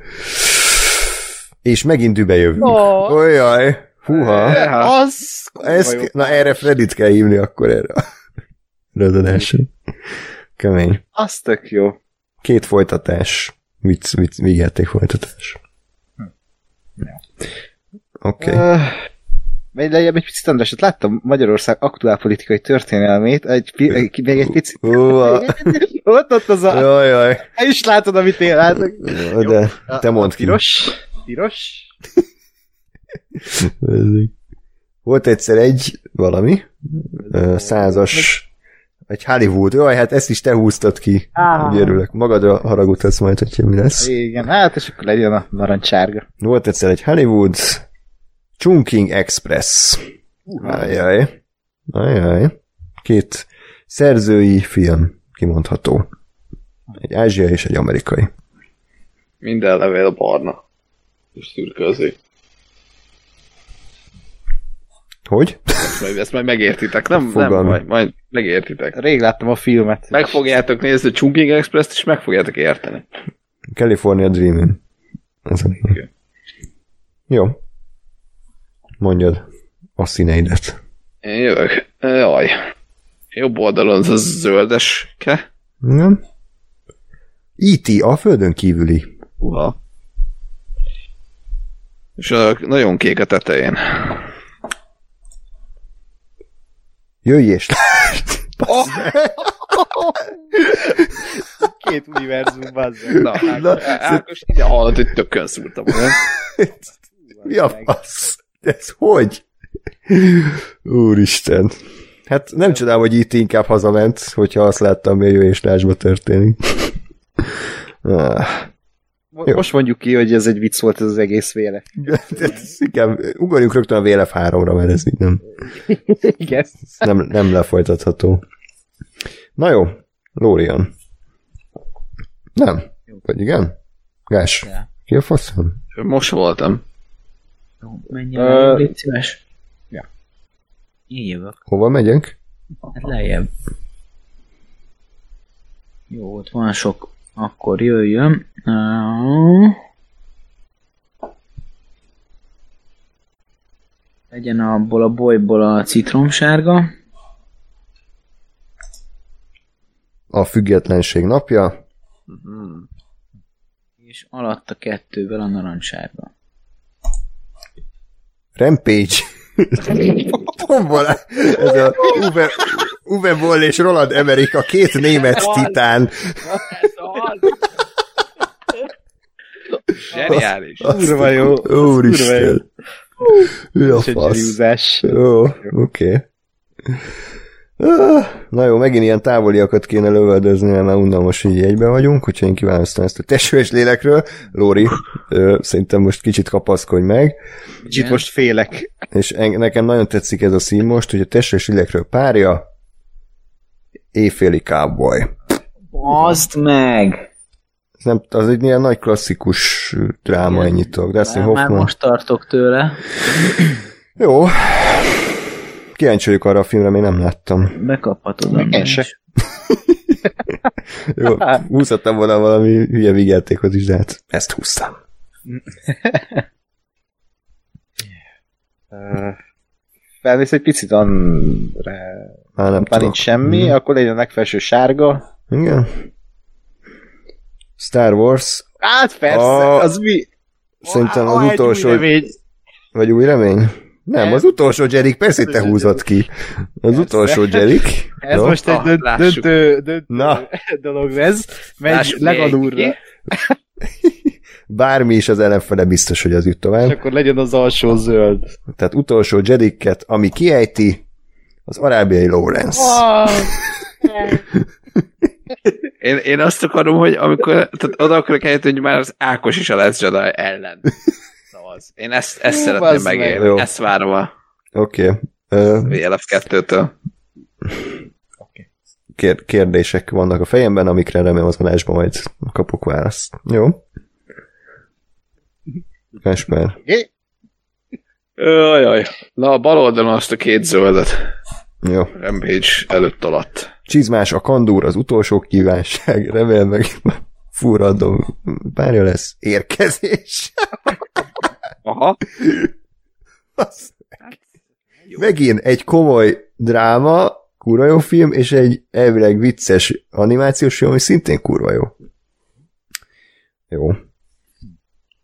Speaker 1: És megint dübe jövünk.
Speaker 5: Ó.
Speaker 1: Olyaj. Húha.
Speaker 2: hát, Az
Speaker 1: Ez,
Speaker 2: jó.
Speaker 1: na erre Fredit kell hívni akkor erre. Rödönásra. Kemény.
Speaker 2: az tök jó.
Speaker 1: Két folytatás. Vicc, vicc, vigyáték folytatás.
Speaker 2: Hm.
Speaker 1: Oké. Okay.
Speaker 2: Öh, Megy lejjebb egy picit, András, hát láttam Magyarország aktuál politikai történelmét, egy, pi- egy, még egy picit.
Speaker 1: Húha.
Speaker 2: Ott ott az a...
Speaker 1: Jaj, jaj.
Speaker 2: Te is látod, amit én látok.
Speaker 1: De, te mondd ki.
Speaker 2: Piros. Piros.
Speaker 1: Volt egyszer egy valami, ö, százas, egy Hollywood. Jaj, hát ezt is te húztad ki. Úgy örülök. Magadra haragudhatsz majd, hogyha mi lesz.
Speaker 2: Igen, hát és akkor legyen a narancsárga.
Speaker 1: Volt egyszer egy Hollywood Chunking Express. Ajaj. Ajaj. Két szerzői film, kimondható. Egy ázsiai és egy amerikai.
Speaker 3: minden levél barna. És szürkőzik.
Speaker 1: Hogy?
Speaker 3: Ezt majd, ezt majd megértitek, nem?
Speaker 1: Fogalm.
Speaker 3: Nem, majd, majd megértitek.
Speaker 2: Rég láttam a filmet.
Speaker 3: Meg fogjátok nézni a Chunking Express-t, és meg fogjátok érteni.
Speaker 1: California Dreaming. Ez a neve.
Speaker 3: Igen.
Speaker 1: Jó. Mondjad a színeidet.
Speaker 3: Én jövök. Jaj. Jobb oldalon az a zöldeske.
Speaker 1: Nem? E.T. a földön kívüli.
Speaker 3: Uha. És a nagyon kék a tetején.
Speaker 1: Jöjj és
Speaker 2: Két univerzum, bazzeg.
Speaker 3: Na, Ákos, Ákos ide hallott, hogy tökön szúrtam.
Speaker 1: Mi a fasz? Ez hogy? Úristen. Hát nem csodálom, hogy itt inkább hazament, hogyha azt láttam, hogy a jövéslásba történik. Ah,
Speaker 2: Mo-
Speaker 1: Jó.
Speaker 2: Most mondjuk ki, hogy ez egy vicc volt ez az egész véle.
Speaker 1: ez inkább ugorjunk rögtön a VLF 3-ra, mert ez így nem,
Speaker 2: Igen.
Speaker 1: nem, nem lefolytatható. Na jó, Lórian. Nem. Vagy igen? Gás. Ki a faszom?
Speaker 3: Most voltam.
Speaker 4: Jó, Menj
Speaker 2: Ö,
Speaker 4: el, légy szíves.
Speaker 2: ja.
Speaker 4: Így jövök,
Speaker 1: Hova megyünk?
Speaker 4: hát lejjebb. Jó, ott van sok. Akkor jöjjön. Ö, Legyen abból a bolyból a citromsárga.
Speaker 1: A függetlenség napja.
Speaker 4: És alatt a kettővel a narancsárga.
Speaker 1: Rampage. Tombola. Ez a Uwe, Uwe Boll és Roland Emmerich, a két német titán.
Speaker 3: Zseniális.
Speaker 2: Kurva jó. Kurva jó.
Speaker 1: Úristen. Mi a
Speaker 2: És egy
Speaker 1: fasz?
Speaker 2: zsúzás.
Speaker 1: Jó, oké. Ah, Na jó, megint ilyen távoliakat kéne lövöldözni, mert már unalmas, hogy így egyben vagyunk, úgyhogy én kiválasztom ezt a testről és lélekről. Lóri, ö, szerintem most kicsit kapaszkodj meg.
Speaker 2: Kicsit most félek.
Speaker 1: És en- nekem nagyon tetszik ez a szín most, hogy a testre és lélekről párja, éjféli cowboy.
Speaker 4: Bazd meg!
Speaker 1: Ez nem, az egy ilyen nagy klasszikus dráma
Speaker 4: Igen.
Speaker 1: ennyitok. Dustin
Speaker 4: Már, már
Speaker 1: Hoffman.
Speaker 4: most tartok tőle.
Speaker 1: Jó. Kíváncsi vagyok arra a filmre, még nem láttam.
Speaker 4: Bekaphatod.
Speaker 2: Én
Speaker 4: András.
Speaker 2: se.
Speaker 1: Jó, húzhattam volna valami hülye vigyátékot is, de hát ezt húztam.
Speaker 2: Ö, Felmész egy picit anra,
Speaker 1: Már nem
Speaker 2: már
Speaker 1: tudok. Mhm.
Speaker 2: nincs semmi, akkor legyen a legfelső sárga.
Speaker 1: Igen. Star Wars,
Speaker 2: Hát persze,
Speaker 1: A-
Speaker 2: az mi?
Speaker 1: szerintem
Speaker 2: Ah,
Speaker 1: az
Speaker 2: egy
Speaker 1: utolsó...
Speaker 2: új remény.
Speaker 1: Vagy új remény? Nem,
Speaker 2: Nem.
Speaker 1: az utolsó Jerik, persze te húzod ki. Az
Speaker 2: Persze.
Speaker 1: utolsó Jerik.
Speaker 2: Ez
Speaker 1: Jó?
Speaker 2: most egy
Speaker 3: Ah,
Speaker 2: dönt,
Speaker 3: lássuk.
Speaker 2: döntő, döntő
Speaker 1: Na,
Speaker 2: dolog ez. Megy
Speaker 3: Lássuk,
Speaker 2: legadúrra,
Speaker 3: miért
Speaker 1: bármi is az ellenfele biztos, hogy az jut
Speaker 2: és
Speaker 1: tovább.
Speaker 2: akkor legyen az alsó zöld.
Speaker 1: Tehát utolsó Jeriket, ami kiejti, az arábiai Lawrence.
Speaker 3: Én, én azt akarom, hogy amikor, tehát oda akarok eljutni, hogy már az Ákos is a lesz Jedi ellen. Na az. Én ezt, ezt
Speaker 2: Hú,
Speaker 3: szeretném
Speaker 2: bazd meg.
Speaker 3: megélni.
Speaker 1: Jó.
Speaker 3: Ezt várom a
Speaker 1: Oké. Okay.
Speaker 3: VLF 2-től.
Speaker 1: kér- kérdések vannak a fejemben, amikre remélem az adásban majd kapok választ. Jó? Kasper.
Speaker 3: Jaj, Na, a bal oldalon azt a két zöldet.
Speaker 1: Jó.
Speaker 3: Rampage előtt alatt.
Speaker 1: Csizmás, a kandúr, az utolsó kívánság, remélem meg furradom. Bárja lesz érkezés.
Speaker 3: Aha.
Speaker 1: Az- Megint egy komoly dráma, kurva jó film, és egy elvileg vicces animációs film, ami szintén kurva jó. Jó.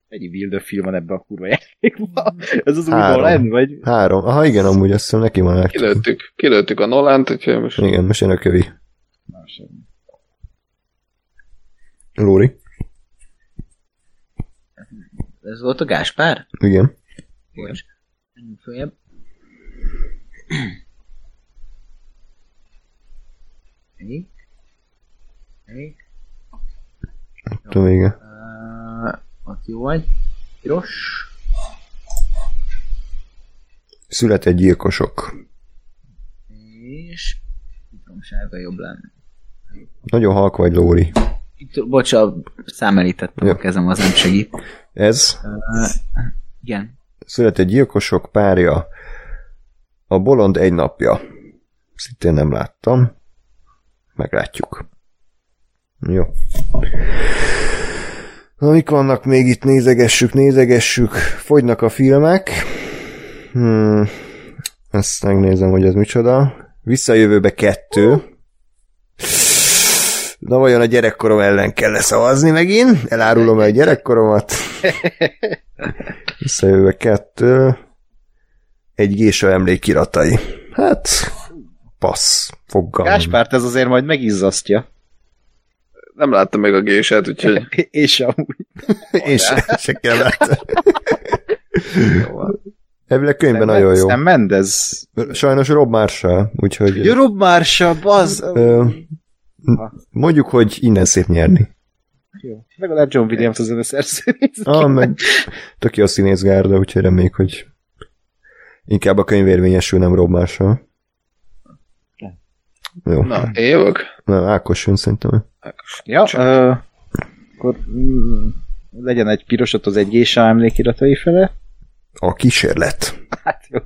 Speaker 2: Egy Wilder film van ebben a kurva játékban. Ez az új
Speaker 1: Három.
Speaker 2: Nolan, vagy?
Speaker 1: Három. Aha, igen, amúgy azt hiszem neki már. meg-
Speaker 3: Kilőttük, kilőttük a Nolent, úgyhogy most
Speaker 1: Igen, most jön a kövi. Lóri.
Speaker 4: Ez volt a Gáspár?
Speaker 1: Igen.
Speaker 4: Bocs. Menjünk Följebb. Elég? Elég?
Speaker 1: Tudom, igen.
Speaker 4: Uh, ott jó vagy. Piros.
Speaker 1: Született gyilkosok.
Speaker 4: És... Pitromsága jobb lenne.
Speaker 1: Nagyon halk vagy, Lóri.
Speaker 4: Itt, bocs, a számelítettem
Speaker 1: Jó.
Speaker 4: a kezem, az nem segít.
Speaker 1: Ez
Speaker 4: Igen.
Speaker 1: született gyilkosok párja. A bolond egy napja. Szintén nem láttam. Meglátjuk. Jó. Na, mik vannak még itt? Nézegessük, nézegessük. Fogynak a filmek. Hmm. Ezt megnézem, hogy ez micsoda. Visszajövőbe kettő. Na vajon a gyerekkorom ellen kell szavazni megint? Elárulom el a gyerekkoromat. Visszajövőbe kettő. Egy gésa emlékiratai. Hát, passz. Fogalmam.
Speaker 2: Gáspárt ez azért majd megizzasztja.
Speaker 3: nem láttam meg a gésát, úgyhogy
Speaker 2: És amúgy.
Speaker 1: Én se, se kellett. Elvileg könyvben nagyon jó.
Speaker 2: Sam Mendes.
Speaker 1: Sajnos Rob már se, úgyhogy
Speaker 2: Jó, Rob Marshall, bazd!
Speaker 1: ö, mondjuk, hogy innen szép nyerni.
Speaker 2: Jó. Legalább John Williams az zeneszerző.
Speaker 1: Ah, meg tök jó színészgárda, úgyhogy reméljük, hogy inkább a könyv érvényesül, nem Rob Marshall. Jó.
Speaker 3: na, én jövök.
Speaker 1: Na, Ákos jön szerintem.
Speaker 2: ja, ö, akkor mm, legyen egy pirosat az egy Gésa emlékiratai fele.
Speaker 1: A kísérlet.
Speaker 2: Hát jó.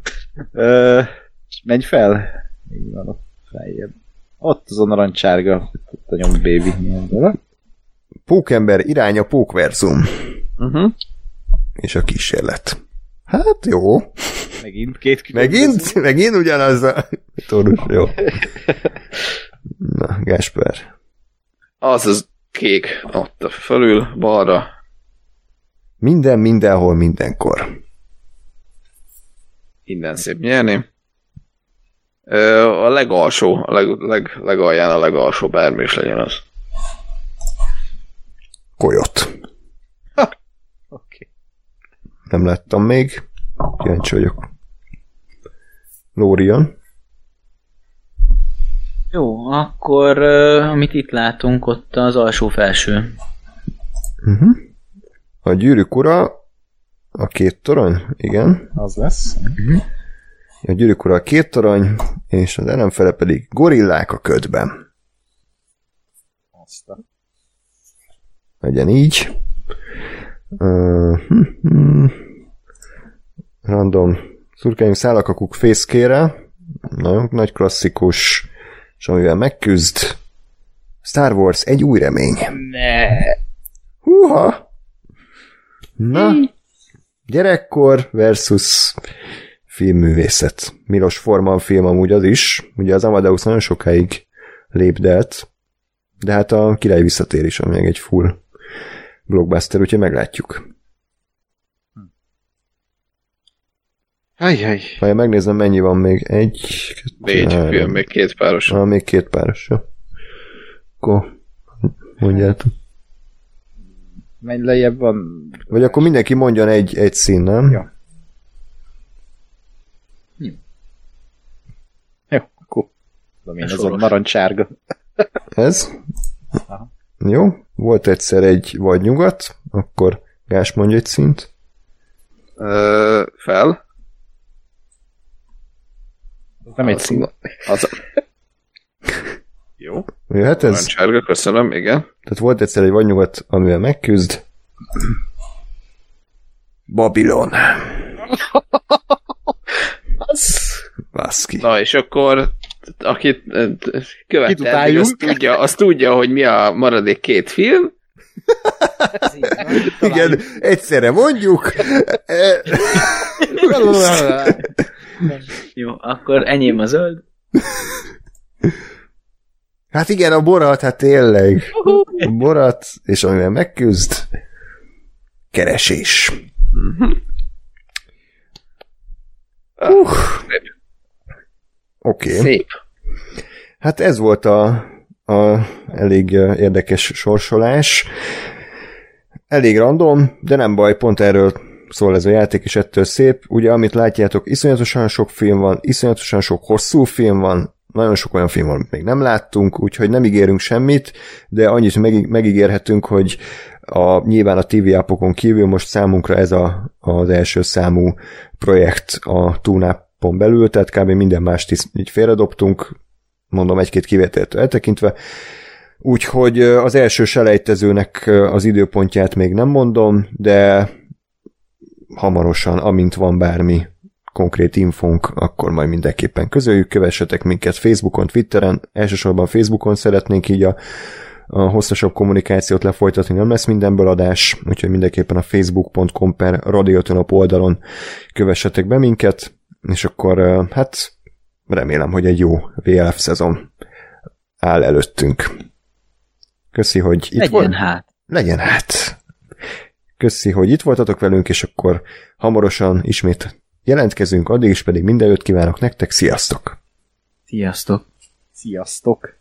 Speaker 2: Ö, és menj fel. Így van, ott feljebb. Ott az a narancsárga, ott a nyom baby.
Speaker 1: Pókember irány a pókverzum.
Speaker 2: Mhm.
Speaker 3: Uh-huh.
Speaker 1: És a kísérlet. Hát jó.
Speaker 2: Megint két különböző.
Speaker 1: Megint? Megint ugyanaz a torus, jó. Na, Gásper.
Speaker 3: Az az kék, ott a fölül, balra.
Speaker 1: Minden, mindenhol, mindenkor.
Speaker 3: Innen szép nyerni. Ö, a legalsó, a leg, leg, legalján a legalsó, bármi is legyen az.
Speaker 1: Kolyot.
Speaker 2: Oké.
Speaker 1: Nem láttam még. Kíváncsi vagyok. Lórian.
Speaker 4: Jó, akkor ö, amit itt látunk, ott az alsó-felső.
Speaker 1: Uh-huh. A gyűrűk ura, a két torony, igen.
Speaker 2: Az lesz.
Speaker 1: A gyűrűk ura a két torony, és az ellenfele pedig gorillák a ködben.
Speaker 2: Azt a
Speaker 1: legyen így. Uh, hm, hm. Random. Szurkáljunk szálakakuk fészkére. Nagyon nagy klasszikus. És amivel megküzd. Star Wars egy új remény.
Speaker 2: Ne.
Speaker 1: Húha! Na, gyerekkor versus filmművészet. Milos Forman film amúgy az is, ugye az Amadeus nagyon sokáig lépdelt, de hát a király visszatérés, ami még egy full blockbuster, úgyhogy meglátjuk.
Speaker 2: Ajjaj.
Speaker 1: Ha én megnézem, mennyi van még? Egy,
Speaker 3: Négy
Speaker 1: három.
Speaker 3: film, még két páros.
Speaker 1: Ah, még két páros, jó. Akkor mondjátok.
Speaker 2: Menj lejjebb van.
Speaker 1: Vagy akkor mindenki mondjon egy, egy szín, nem?
Speaker 2: Ja. Jó, akkor tudom én,
Speaker 4: A
Speaker 2: az a
Speaker 4: soros.
Speaker 2: narancsárga.
Speaker 1: Ez? Jó. Volt egyszer egy vagy nyugat, akkor Gás mondja egy szint.
Speaker 3: Ö, fel.
Speaker 2: Ez nem egy szín.
Speaker 3: Az... Jó.
Speaker 1: Jó, hát ez,
Speaker 3: Narancsárga, köszönöm, igen.
Speaker 1: tehát volt egyszer egy vagy nyugat, amivel megküzd. Babilon. Baszki.
Speaker 3: Na és akkor akit eh, ö, ö, követte, eddig,
Speaker 2: Kidutáljunk.
Speaker 3: az tudja, az tudja, hogy mi a maradék két film.
Speaker 1: Igen, egyszerre mondjuk. E,
Speaker 4: Jó, akkor enyém a zöld.
Speaker 1: hát igen, a borat, hát tényleg. A borat, és amivel megküzd, keresés. Uh, Oké. Okay.
Speaker 3: Szép.
Speaker 1: Hát ez volt a, a elég eh, érdekes sorsolás. Elég random, de nem baj, pont erről szól ez a játék, és ettől szép. Ugye, amit látjátok, iszonyatosan sok film van, iszonyatosan sok hosszú film van, nagyon sok olyan film van, amit még nem láttunk, úgyhogy nem ígérünk semmit, de annyit meg, megígérhetünk, hogy a, nyilván a TV appokon kívül most számunkra ez a, az első számú projekt a túnápon belül, tehát kb. minden mást is így félredobtunk, mondom egy-két kivételtől eltekintve. Úgyhogy ö, az első selejtezőnek ö, az időpontját még nem mondom, de hamarosan, amint van bármi konkrét infónk, akkor majd mindenképpen közöljük, kövessetek minket Facebookon, Twitteren, elsősorban Facebookon szeretnénk így a, a hosszasabb kommunikációt lefolytatni, nem lesz mindenből adás, úgyhogy mindenképpen a facebook.com per radiotonop oldalon kövessetek be minket, és akkor ö, hát remélem, hogy egy jó VLF szezon áll előttünk. Köszi, hogy itt volt.
Speaker 4: Legyen hát.
Speaker 1: Legyen hát! Köszi, hogy itt voltatok velünk, és akkor hamarosan ismét jelentkezünk, addig is pedig minden jót kívánok nektek, sziasztok!
Speaker 4: Sziasztok.
Speaker 2: Sziasztok.